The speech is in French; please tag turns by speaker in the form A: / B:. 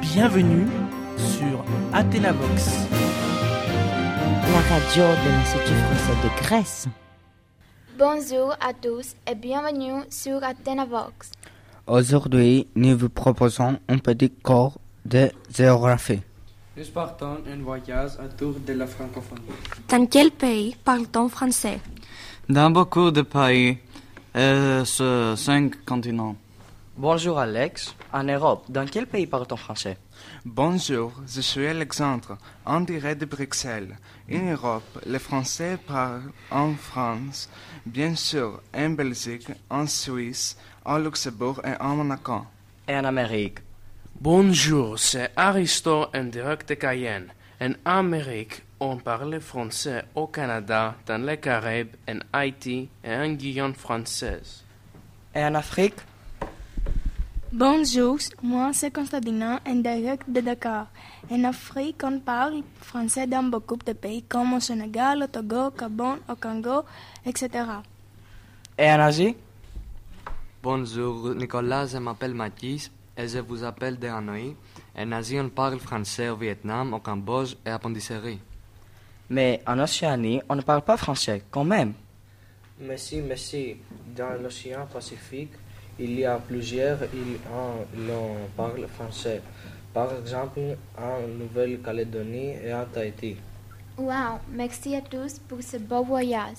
A: Bienvenue sur Athénabox.
B: la radio de l'Institut français de Grèce.
C: Bonjour à tous et bienvenue sur AthenaVox.
D: Aujourd'hui, nous vous proposons un petit cours de géographie.
E: Nous partons un voyage autour de la francophonie.
F: Dans quel pays parle-t-on français
G: Dans beaucoup de pays et sur cinq continents.
H: Bonjour Alex. En Europe, dans quel pays parle-t-on français
I: Bonjour, je suis Alexandre, en direct de Bruxelles. En Europe, les Français parlent en France, bien sûr, en Belgique, en Suisse, en Luxembourg et en Monaco.
H: Et en Amérique
J: Bonjour, c'est Aristo en direct de Cayenne. En Amérique, on parle français au Canada, dans les Caraïbes, en Haïti et en Guyane française.
H: Et en Afrique
K: Bonjour, moi c'est Constantina en direct de Dakar. En Afrique, on parle français dans beaucoup de pays comme au Sénégal, au Togo, au Gabon, au Congo, etc.
H: Et en Asie
L: Bonjour Nicolas, je m'appelle Mathis et je vous appelle de Hanoï. En Asie, on parle français au Vietnam, au Cambodge et à Pondichéry.
H: Mais en Océanie, on ne parle pas français quand même.
M: Mais si, mais si, dans l'océan Pacifique, il y a plusieurs îles où l'on parle français. Par exemple, en Nouvelle-Calédonie et en Tahiti.
C: Wow, merci à tous pour ce beau voyage.